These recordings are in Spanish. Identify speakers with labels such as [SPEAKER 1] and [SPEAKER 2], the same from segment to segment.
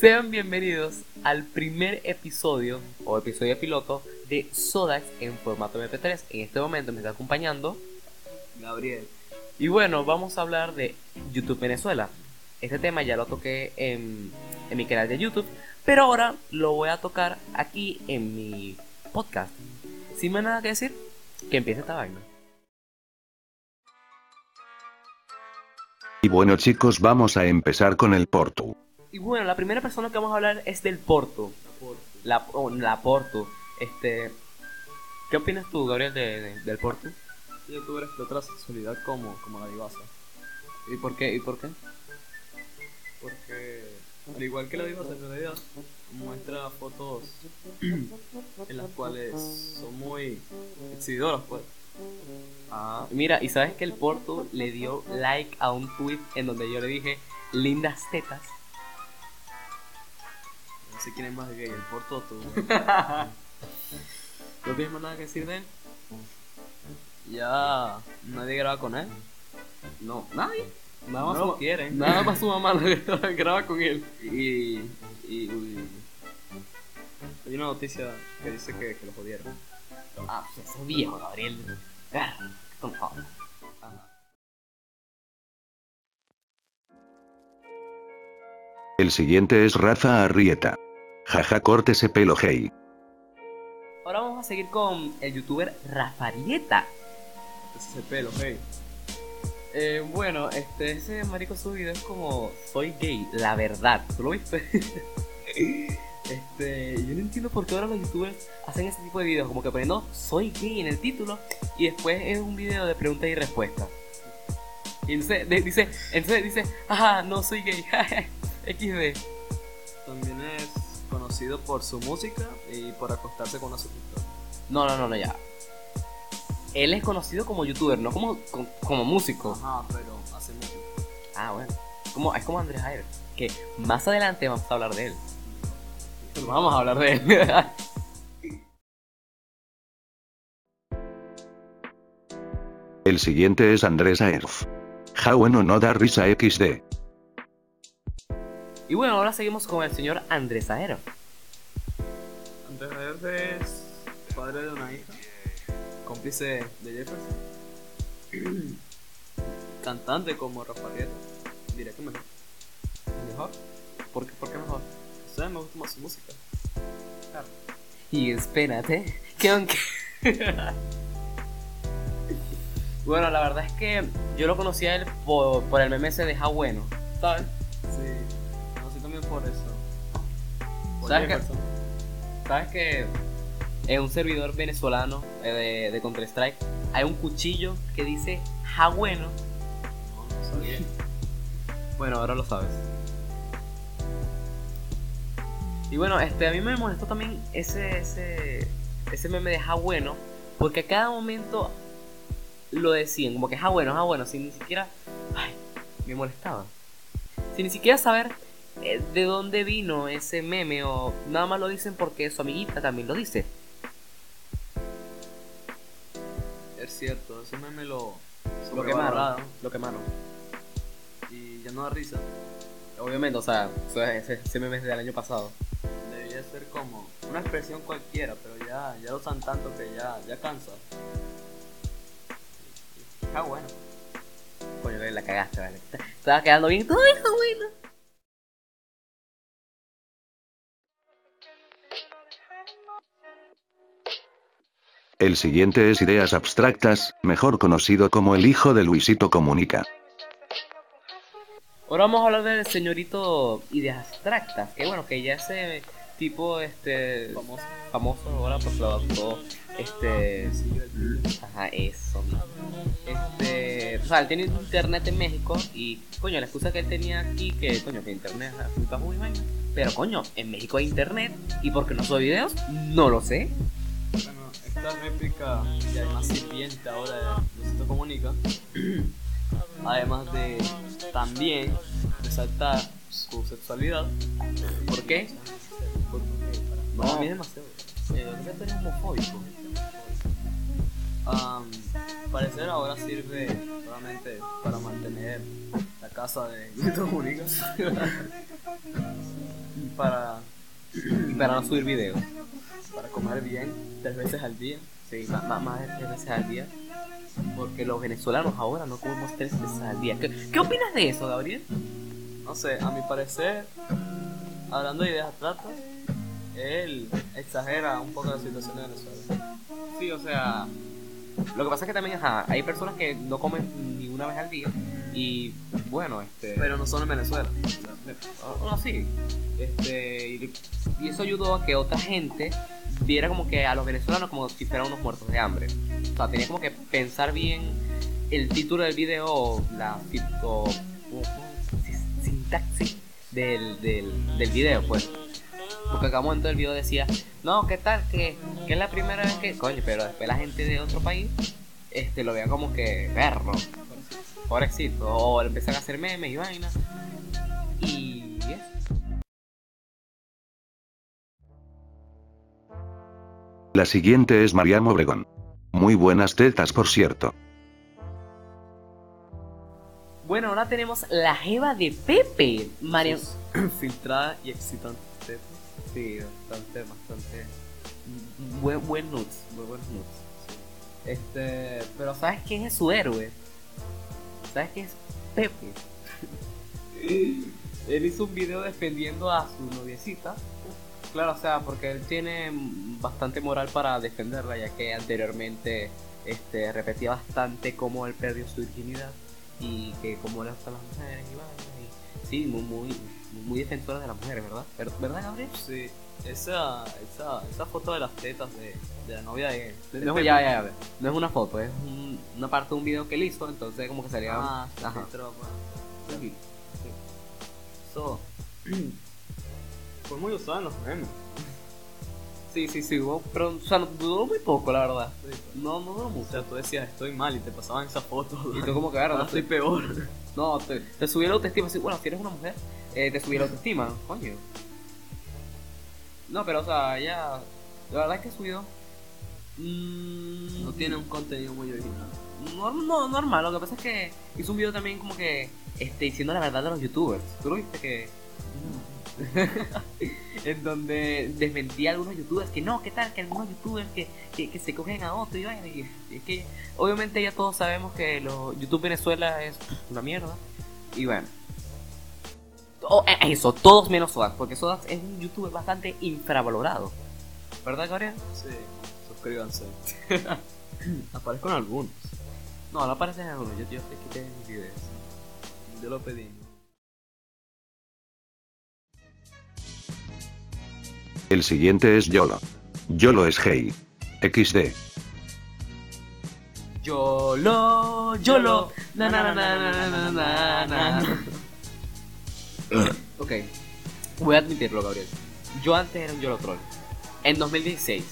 [SPEAKER 1] Sean bienvenidos al primer episodio o episodio piloto de Sodax en formato MP3. En este momento me está acompañando
[SPEAKER 2] Gabriel.
[SPEAKER 1] Y bueno, vamos a hablar de YouTube Venezuela. Este tema ya lo toqué en, en mi canal de YouTube, pero ahora lo voy a tocar aquí en mi podcast. Sin más nada que decir, que empiece esta vaina.
[SPEAKER 3] Y bueno chicos, vamos a empezar con el Portu.
[SPEAKER 1] Y bueno, la primera persona que vamos a hablar es del Porto. La, o, la Porto. Este, ¿Qué opinas tú, Gabriel, de- de- del Porto?
[SPEAKER 2] Youtubers de otra sexualidad como, como la divasa.
[SPEAKER 1] ¿Y por qué? ¿Y por qué?
[SPEAKER 2] Porque, al igual que la divasa en realidad, muestra fotos en las cuales son muy exhibidoras, pues.
[SPEAKER 1] Ah, mira, y sabes que el Porto le dio like a un tweet en donde yo le dije lindas tetas.
[SPEAKER 2] No sé quién es más gay, el Porto o tú. ¿No tienes más nada que decir de él? Ya, nadie graba con él.
[SPEAKER 1] No, nadie.
[SPEAKER 2] Nada más
[SPEAKER 1] No lo
[SPEAKER 2] su-
[SPEAKER 1] quieren.
[SPEAKER 2] Nada más su mamá lo graba con él. Y. y uy. Hay una noticia que dice que, que lo jodieron.
[SPEAKER 1] Ah, pues ese viejo, Gabriel. Ah, Por favor.
[SPEAKER 3] El siguiente es Rafa Arrieta. Jaja, corte ese pelo, hey.
[SPEAKER 1] Ahora vamos a seguir con el youtuber Rafarieta.
[SPEAKER 2] Ese es el pelo, hey.
[SPEAKER 1] Eh, bueno, este, ese marico su video es como soy gay, la verdad. ¿Tú lo viste? este, yo no entiendo por qué ahora los youtubers hacen ese tipo de videos, como que poniendo soy gay en el título y después es un video de preguntas y respuestas. Y entonces de- dice, entonces dice, ah, no soy gay, XD.
[SPEAKER 2] También es conocido por su música y por acostarse con una suscriptora.
[SPEAKER 1] No, no, no, no, ya. Él es conocido como youtuber, no como, como, como músico.
[SPEAKER 2] Ajá, pero hace música.
[SPEAKER 1] Ah, bueno. Como, es como Andrés Ayer, que más adelante vamos a hablar de él. Vamos a hablar de él.
[SPEAKER 3] El siguiente es Andrés Aerf. Ja, bueno, no da risa XD.
[SPEAKER 1] Y bueno, ahora seguimos con el señor Andrés Aero.
[SPEAKER 2] Antes de él es padre de una hija, cómplice de Jefferson, cantante como Rafael, diré que mejor. ¿Mejor? ¿Por qué, por qué mejor? O sea, me gusta más su música.
[SPEAKER 1] Y espérate, que aunque... bueno, la verdad es que yo lo conocí a él por, por el meme ese de Ja Bueno, ¿sabes?
[SPEAKER 2] Sí, no sé también por eso. Por
[SPEAKER 1] ¿Sabes qué?
[SPEAKER 2] Jefferson.
[SPEAKER 1] ¿Sabes que en un servidor venezolano eh, de, de Counter-Strike hay un cuchillo que dice Ja Bueno?
[SPEAKER 2] No, no sabía.
[SPEAKER 1] Bueno, ahora lo sabes. Y bueno, este, a mí me molestó también ese, ese, ese meme de ja bueno, porque a cada momento lo decían, como que ja bueno, ja bueno, sin ni siquiera, ay, me molestaba. Sin ni siquiera saber eh, de dónde vino ese meme, o nada más lo dicen porque su amiguita también lo dice.
[SPEAKER 2] Es cierto, ese meme lo,
[SPEAKER 1] Lo quemaron,
[SPEAKER 2] sobrevaloraron
[SPEAKER 1] lo quemaron.
[SPEAKER 2] y ya no da risa.
[SPEAKER 1] Obviamente, o sea, eso es- ese, ese meme es del año pasado.
[SPEAKER 2] Debería ser como una expresión cualquiera, pero ya, ya lo usan tanto que ya, ya cansa. Ah, bueno.
[SPEAKER 1] Coño, la cagaste, vale. Estaba quedando bien. Todo hijo, bueno.
[SPEAKER 3] El siguiente es Ideas Abstractas, mejor conocido como el hijo de Luisito Comunica.
[SPEAKER 1] Ahora vamos a hablar del señorito ideas abstractas, que bueno, que ya ese tipo este
[SPEAKER 2] Famoso.
[SPEAKER 1] famoso ahora pues lo adoptó este
[SPEAKER 2] Sencillo del tigre.
[SPEAKER 1] ajá eso mismo. este o sea él tiene internet en México y coño la excusa que él tenía aquí que coño que internet es muy bajo y vaina pero coño en México hay internet y porque no sube videos no lo sé
[SPEAKER 2] Bueno, esta réplica y además sirviente ahora de Luisito Comunica, además de también resaltar su sexualidad,
[SPEAKER 1] ¿por qué?
[SPEAKER 2] porque
[SPEAKER 1] No.
[SPEAKER 2] para mí es demasiado.
[SPEAKER 1] Eh, ¿por qué tú eres homofóbico
[SPEAKER 2] Am, al parecer ahora sirve solamente para mantener la casa de Luisito Comunica. para,
[SPEAKER 1] Para no subir videos.
[SPEAKER 2] para comer bien tres veces al día.
[SPEAKER 1] Sí, ma- ma- más de tres veces al día. Porque los venezolanos ahora no comemos tres veces al día. ¿Qué, qué opinas de eso, Gabriel?
[SPEAKER 2] No sé, a mi parecer, hablando de ideas abstractas, él exagera un poco la situación de Venezuela.
[SPEAKER 1] Sí, o sea, lo que pasa es que también ajá, hay personas que no comen ni una vez al día y bueno, este,
[SPEAKER 2] Pero no solo en Venezuela.
[SPEAKER 1] o- o sí, este, y, y eso ayudó a que otra gente viera como que a los venezolanos como si fueran unos muertos de hambre. O sea, tenía como que pensar bien el título del video o la si- o- o- si- sintaxis del, del, del video, pues. Porque acá un momento del video decía, no, ¿qué tal? Que, que es la primera vez que... Coño, pero después la gente de otro país este, lo vea como que perro, pobrecito, o empiezan a hacer memes y vainas. Y... eso.
[SPEAKER 3] La siguiente es Mariam Obregón. Muy buenas tetas, por cierto.
[SPEAKER 1] Bueno, ahora tenemos la jeva de Pepe. María...
[SPEAKER 2] Sus Filtrada y excitante. Sí, bastante, bastante.
[SPEAKER 1] Buen, buen nudes, buen, buen nudes.
[SPEAKER 2] Este, pero
[SPEAKER 1] Pero ¿sabes quién es su héroe? ¿Sabes quién es Pepe?
[SPEAKER 2] él hizo un video defendiendo a su noviecita.
[SPEAKER 1] Claro, o sea, porque él tiene bastante moral para defenderla, ya que anteriormente este, repetía bastante cómo él perdió su virginidad y que cómo le gustan las mujeres y vainas. y- Sí, muy, muy, muy defensora de las mujeres, ¿verdad? Ver- ¿Verdad, Gabriel?
[SPEAKER 2] Sí, esa, esa, ah, esa foto de las tetas de, de la novia de. de
[SPEAKER 1] No,
[SPEAKER 2] Pepe.
[SPEAKER 1] ya, ya, ya. No es una foto, es un- una parte de un video que él hizo, entonces como que salía...
[SPEAKER 2] Ah, se
[SPEAKER 1] ajá.
[SPEAKER 2] filtró, pues. So, fue muy usado en los memes.
[SPEAKER 1] Sí, sí, sí, hubo- pero o sea, duró muy poco, la verdad.
[SPEAKER 2] No, no, no, o sea, tú decías estoy mal y te pasaban esas fotos.
[SPEAKER 1] Y tú como que, ahora
[SPEAKER 2] Ahora
[SPEAKER 1] no,
[SPEAKER 2] estoy
[SPEAKER 1] estoy-
[SPEAKER 2] peor.
[SPEAKER 1] no, te, te subió la autoestima, así, bueno, si eres una mujer, eh, te subió la autoestima, coño. No, pero o sea, ya, la verdad es que subió. Mm,
[SPEAKER 2] No tiene un contenido muy original.
[SPEAKER 1] no, no, normal, lo que pasa es que hizo un video también como que este, diciendo la verdad de los youtubers. ¿Tú lo viste que? en donde desmentía a algunos youtubers que no, que tal, que algunos youtubers que, que, que se cogen a otro y vaina, y- y es que obviamente ya todos sabemos que los YouTube Venezuela es una mierda. Y bueno. O- eh, eso, todos menos Sodas, porque Sodas es un youtuber bastante infravalorado. ¿Verdad, Gabriel?
[SPEAKER 2] Sí, suscríbanse. Aparezco en algunos.
[SPEAKER 1] No, no aparece en alguno, yo, yo te quité mis videos.
[SPEAKER 2] Yo lo pedí.
[SPEAKER 3] El siguiente es Yolo. Yolo es gay. XD.
[SPEAKER 1] Yolo, yolo, na na na na na na na na na. Ok, voy a admitirlo, Gabriel. Yo antes era un yolo troll. En 2016,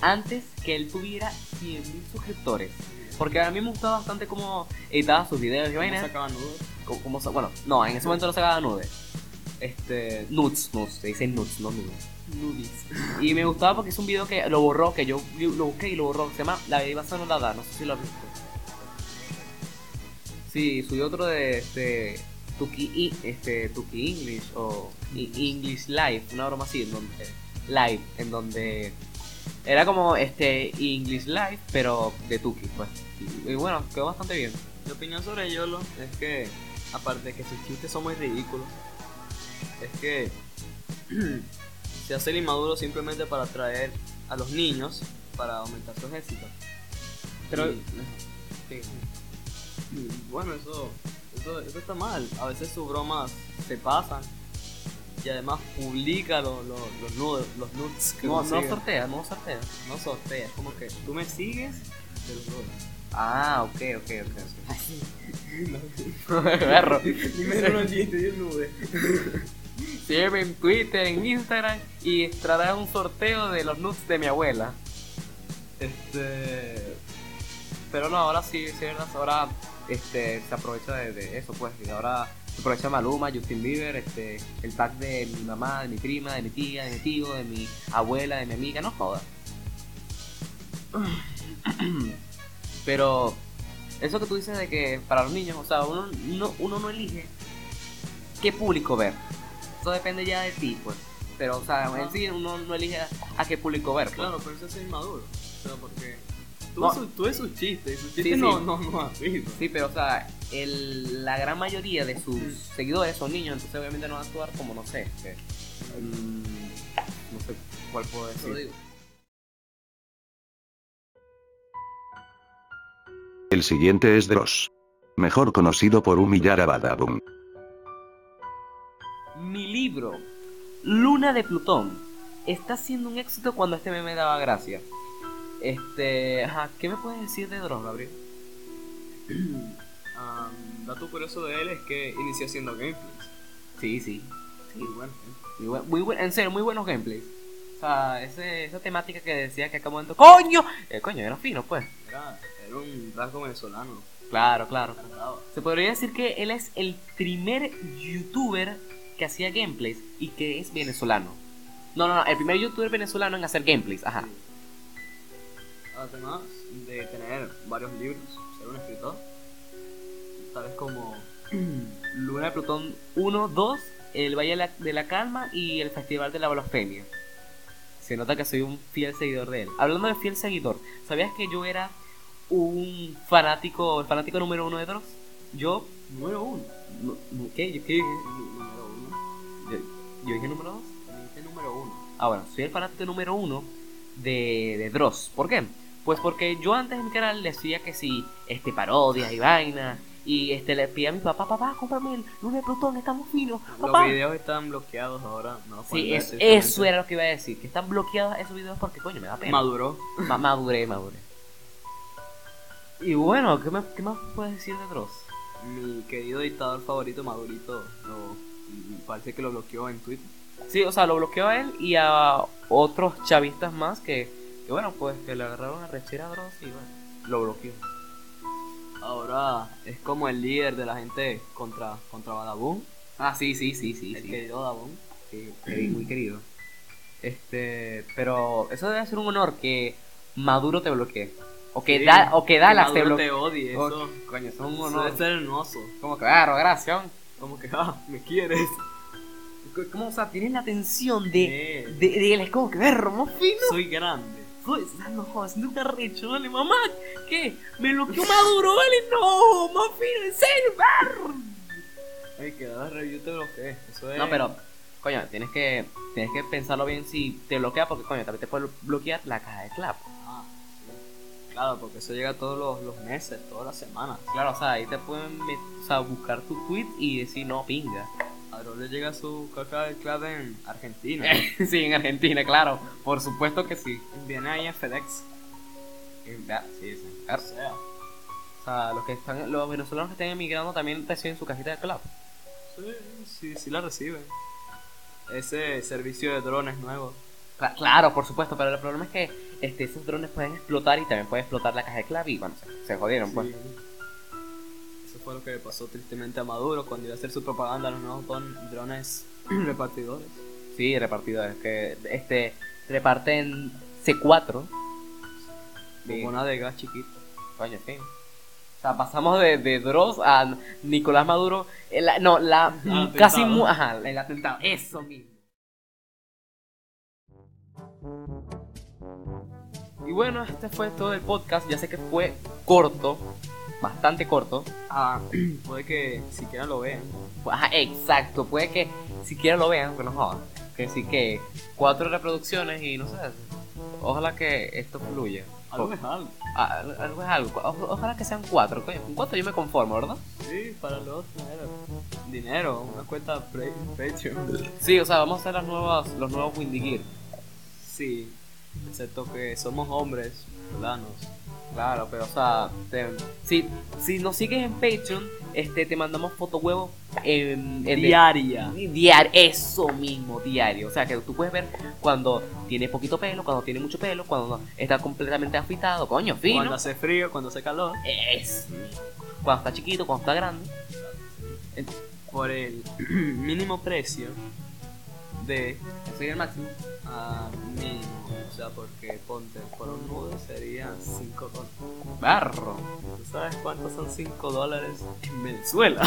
[SPEAKER 1] antes que él tuviera 100.000 suscriptores, porque a mí me gustaba bastante cómo editaba sus videos y
[SPEAKER 2] ¿Cómo
[SPEAKER 1] vainas.
[SPEAKER 2] sacaban nudos?
[SPEAKER 1] Cómo- cómo sa- Bueno, no, en ese momento lo sacaba nude. Este, nudes, nudes, se dice nudes, no nudes.
[SPEAKER 2] Nudis.
[SPEAKER 1] Y me gustaba porque es un video que lo borró, que yo vi- lo busqué y lo borró. Se llama La Beba Sonolada, no sé si lo has visto. Sí, subió otro de este. Tuki, I- este, Tuki English o I- English Live, una broma así, en donde, live, en donde era como este English Live, pero de Tuki, pues. Y, y bueno, quedó bastante bien.
[SPEAKER 2] Mi opinión sobre Yolo es que, aparte de que sus chistes son muy ridículos, es que se hace el inmaduro simplemente para atraer a los niños para aumentar sus éxitos.
[SPEAKER 1] Pero-
[SPEAKER 2] Y- sí, sí. Y bueno, eso, eso, eso está mal. A veces sus bromas se pasan y además publica los, los, los, nudes, los nudes que
[SPEAKER 1] No, no
[SPEAKER 2] consigue.
[SPEAKER 1] sortea, no sortea.
[SPEAKER 2] no sortea, es como que tú me sigues, te los doy.
[SPEAKER 1] Ah, ok, ok, ok. ok. Perro. Sígueme en Twitter, en Instagram y estará un sorteo de los nudes de mi abuela.
[SPEAKER 2] Este.
[SPEAKER 1] Pero no, ahora sí, sí, verdad, ahora este, se aprovecha de, de eso, pues. y ahora se aprovecha Maluma, Justin Bieber, este, el pack de mi mamá, de mi prima, de mi tía, de mi tío, de mi abuela, de mi amiga, no jodas. Pero eso que tú dices de que para los niños, o sea, uno no, uno no elige qué público ver. Eso depende ya de ti, pues. Pero, o sea, en sí uno no elige a qué público ver. pues.
[SPEAKER 2] Claro, pero eso es inmaduro. Pero porque. Tú,
[SPEAKER 1] No.
[SPEAKER 2] ves su- tú ves sus chistes y sus
[SPEAKER 1] Sí,
[SPEAKER 2] chistes
[SPEAKER 1] sí.
[SPEAKER 2] no, no, no así. ¿no?
[SPEAKER 1] Sí, pero, o sea, el- la gran mayoría de sus seguidores son niños, entonces obviamente no van a actuar como, no sé, este, mm, no sé cuál puedo
[SPEAKER 2] Eso
[SPEAKER 1] decir.
[SPEAKER 2] digo.
[SPEAKER 3] El siguiente es Dross. Mejor conocido por humillar a Badabun.
[SPEAKER 1] Mi libro, Luna de Plutón, está siendo un éxito cuando este meme daba gracia. Este, ajá, ¿qué me puedes decir de Dross, Gabriel?
[SPEAKER 2] Ah, dato curioso de él es que inició haciendo gameplays.
[SPEAKER 1] Sí, sí.
[SPEAKER 2] Y bueno,
[SPEAKER 1] Muy buen, muy buen- en serio, muy buenos gameplays. O sea, ese- esa temática que decía que acá momento. ¡Coño! Eh, coño, era fino, pues.
[SPEAKER 2] era, era un rasgo venezolano.
[SPEAKER 1] Claro, claro.
[SPEAKER 2] cantado.
[SPEAKER 1] Se podría decir que él es el primer youtuber que hacía gameplays y que es venezolano. No, no, no, el primer youtuber venezolano en hacer gameplays, ajá.
[SPEAKER 2] Sí. Además de tener varios libros, ser un escritor, tal vez como
[SPEAKER 1] Luna de Plutón 1, 2, el Valle de la, de la Calma y el Festival de la Blasfemia. Se nota que soy un fiel seguidor de él. Hablando de fiel seguidor, ¿sabías que yo era un fanático, el fanático número uno de Dross? Yo,
[SPEAKER 2] número uno.
[SPEAKER 1] no- no, ¿qué? ¿Yo, qué?
[SPEAKER 2] Nú- Número uno.
[SPEAKER 1] Yo, yo dije número dos.
[SPEAKER 2] Dijiste número uno.
[SPEAKER 1] Ah, bueno, soy el fanático número uno de, de Dross. ¿Por qué? Pues porque yo antes en mi canal le decía que si este parodias y vainas. Y este le pedía a mi papá, papá, cómprame el lunes de Plutón, estamos finos, papá.
[SPEAKER 2] Los videos están bloqueados ahora. No los pueden
[SPEAKER 1] Sí,
[SPEAKER 2] ver,
[SPEAKER 1] es-
[SPEAKER 2] simplemente.
[SPEAKER 1] eso era lo que iba a decir, que están bloqueados esos videos porque coño me da pena.
[SPEAKER 2] Maduró.
[SPEAKER 1] Ma- maduré, maduré. Y bueno, ¿qué, me- qué más puedes decir de Dross?
[SPEAKER 2] Mi querido dictador favorito, Madurito, lo, mm, parece que lo bloqueó en Twitter.
[SPEAKER 1] Sí, o sea, lo bloqueó a él y a otros chavistas más que, que bueno, pues que le agarraron a rechera a Dross y bueno, lo bloqueó.
[SPEAKER 2] Ahora es como el líder de la gente contra, contra Badabun,
[SPEAKER 1] Ah, sí, sí, sí, sí.
[SPEAKER 2] el
[SPEAKER 1] sí.
[SPEAKER 2] querido Badabun.
[SPEAKER 1] Sí, sí, muy querido. Este, pero eso debe ser un honor que Maduro te bloquee. O que,
[SPEAKER 2] Sí,
[SPEAKER 1] da, o que Dallas te
[SPEAKER 2] Maduro
[SPEAKER 1] bloquee.
[SPEAKER 2] te odie, eso.
[SPEAKER 1] Coño, eso es un
[SPEAKER 2] Eso
[SPEAKER 1] honor.
[SPEAKER 2] debe ser hermoso.
[SPEAKER 1] Como que, ah, claro, gracias.
[SPEAKER 2] Como que, ah, me quieres.
[SPEAKER 1] ¿Cómo, o sea, tienes la atención
[SPEAKER 2] Eh,
[SPEAKER 1] de, de él? Es como que, verro, más fino.
[SPEAKER 2] Soy grande.
[SPEAKER 1] Soy, ah, no, jodas, siento un arrecho, vale, mamá. ¿Qué? Me bloqueó Maduro, vale, no, más fino, en serio, verro.
[SPEAKER 2] Ay, que Dallas review te bloquee. Eso es.
[SPEAKER 1] No, pero, coño, tienes que, tienes que pensarlo bien si te bloquea, porque, coño, también te puede bloquear la caja de clap.
[SPEAKER 2] Ah, sí. Claro, porque eso llega todos los, los meses, todas las semanas.
[SPEAKER 1] Claro, o sea, ahí te pueden met- o sea, buscar tu tweet y decir no, pinga.
[SPEAKER 2] A Dross le llega su caca de clave en Argentina.
[SPEAKER 1] sí, en Argentina, claro, por supuesto que sí.
[SPEAKER 2] Viene ahí en FedEx.
[SPEAKER 1] sí, sí.
[SPEAKER 2] O sea,
[SPEAKER 1] O sea, los, que están, los venezolanos que están emigrando también reciben su cajita de club.
[SPEAKER 2] sí, sí, sí la reciben. Ese servicio de drones nuevo.
[SPEAKER 1] claro, por supuesto, pero el problema es que este, esos drones pueden explotar y también puede explotar la caja de club y bueno, se, se jodieron, pues.
[SPEAKER 2] Sí. Eso fue lo que le pasó tristemente a Maduro cuando iba a hacer su propaganda a los nuevos don- drones repartidores.
[SPEAKER 1] Sí, repartidores que este, reparten C4. Sí.
[SPEAKER 2] Bombona de gas chiquita.
[SPEAKER 1] Coño, sí. O sea, pasamos de, de Dross a Nicolás Maduro. eh, la- no, la
[SPEAKER 2] Ah,
[SPEAKER 1] casi
[SPEAKER 2] atentado.
[SPEAKER 1] mu- Ajá, el atentado. Eso mismo. Y bueno, este fue todo el podcast. Ya sé que fue corto, bastante corto. Pues,
[SPEAKER 2] Ah, puede que siquiera lo vean.
[SPEAKER 1] Ajá, exacto. Puede que siquiera lo vean, que no jodan. Que sí que cuatro reproducciones y no sé. Ojalá que esto fluya.
[SPEAKER 2] Algo es algo.
[SPEAKER 1] Ah, algo es algo. O- ojalá que sean cuatro, coño. Con cuatro yo me conformo, ¿verdad?
[SPEAKER 2] Sí, para los dinero. Dinero, una cuenta pre- Patreon.
[SPEAKER 1] Sí, o sea, vamos a hacer las nuevas, los nuevos Windy Gear.
[SPEAKER 2] Sí, excepto que somos hombres, planos.
[SPEAKER 1] Claro, pero o sea, te- si, si nos sigues en Patreon, este, te mandamos fotohuevos en, en-
[SPEAKER 2] Diaria.
[SPEAKER 1] diario, eso mismo, diario. O sea, que tú puedes ver cuando tiene poquito pelo, cuando tiene mucho pelo, cuando está completamente afeitado, coño, fino.
[SPEAKER 2] Cuando hace frío, cuando hace calor.
[SPEAKER 1] Es. Cuando está chiquito, cuando está grande.
[SPEAKER 2] Por el mínimo precio de
[SPEAKER 1] Soy el máximo.
[SPEAKER 2] ah, mínimo. O sea, porque ponte por un nudo sería 5 dólares.
[SPEAKER 1] Barro.
[SPEAKER 2] ¿Tú sabes cuántos son 5 dólares en Venezuela?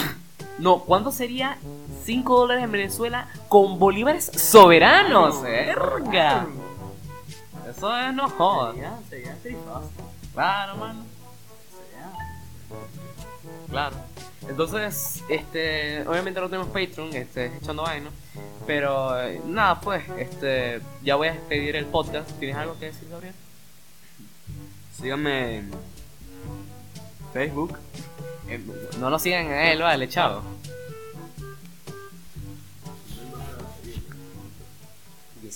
[SPEAKER 1] No, ¿cuánto sería 5 dólares en Venezuela con bolívares soberanos?
[SPEAKER 2] No.
[SPEAKER 1] Ah, ¡Verga! Eso es no joda.
[SPEAKER 2] Sería, sería tripasto,
[SPEAKER 1] Claro, mano.
[SPEAKER 2] sería-
[SPEAKER 1] Claro. Entonces, este, obviamente no tenemos Patreon, este, es echando vaina, pero eh, nada, pues, este, ya voy a despedir el podcast. ¿Tienes algo que decir, Gabriel?
[SPEAKER 2] Síganme en Facebook.
[SPEAKER 1] Eh, No lo sigan a él, vale, chao.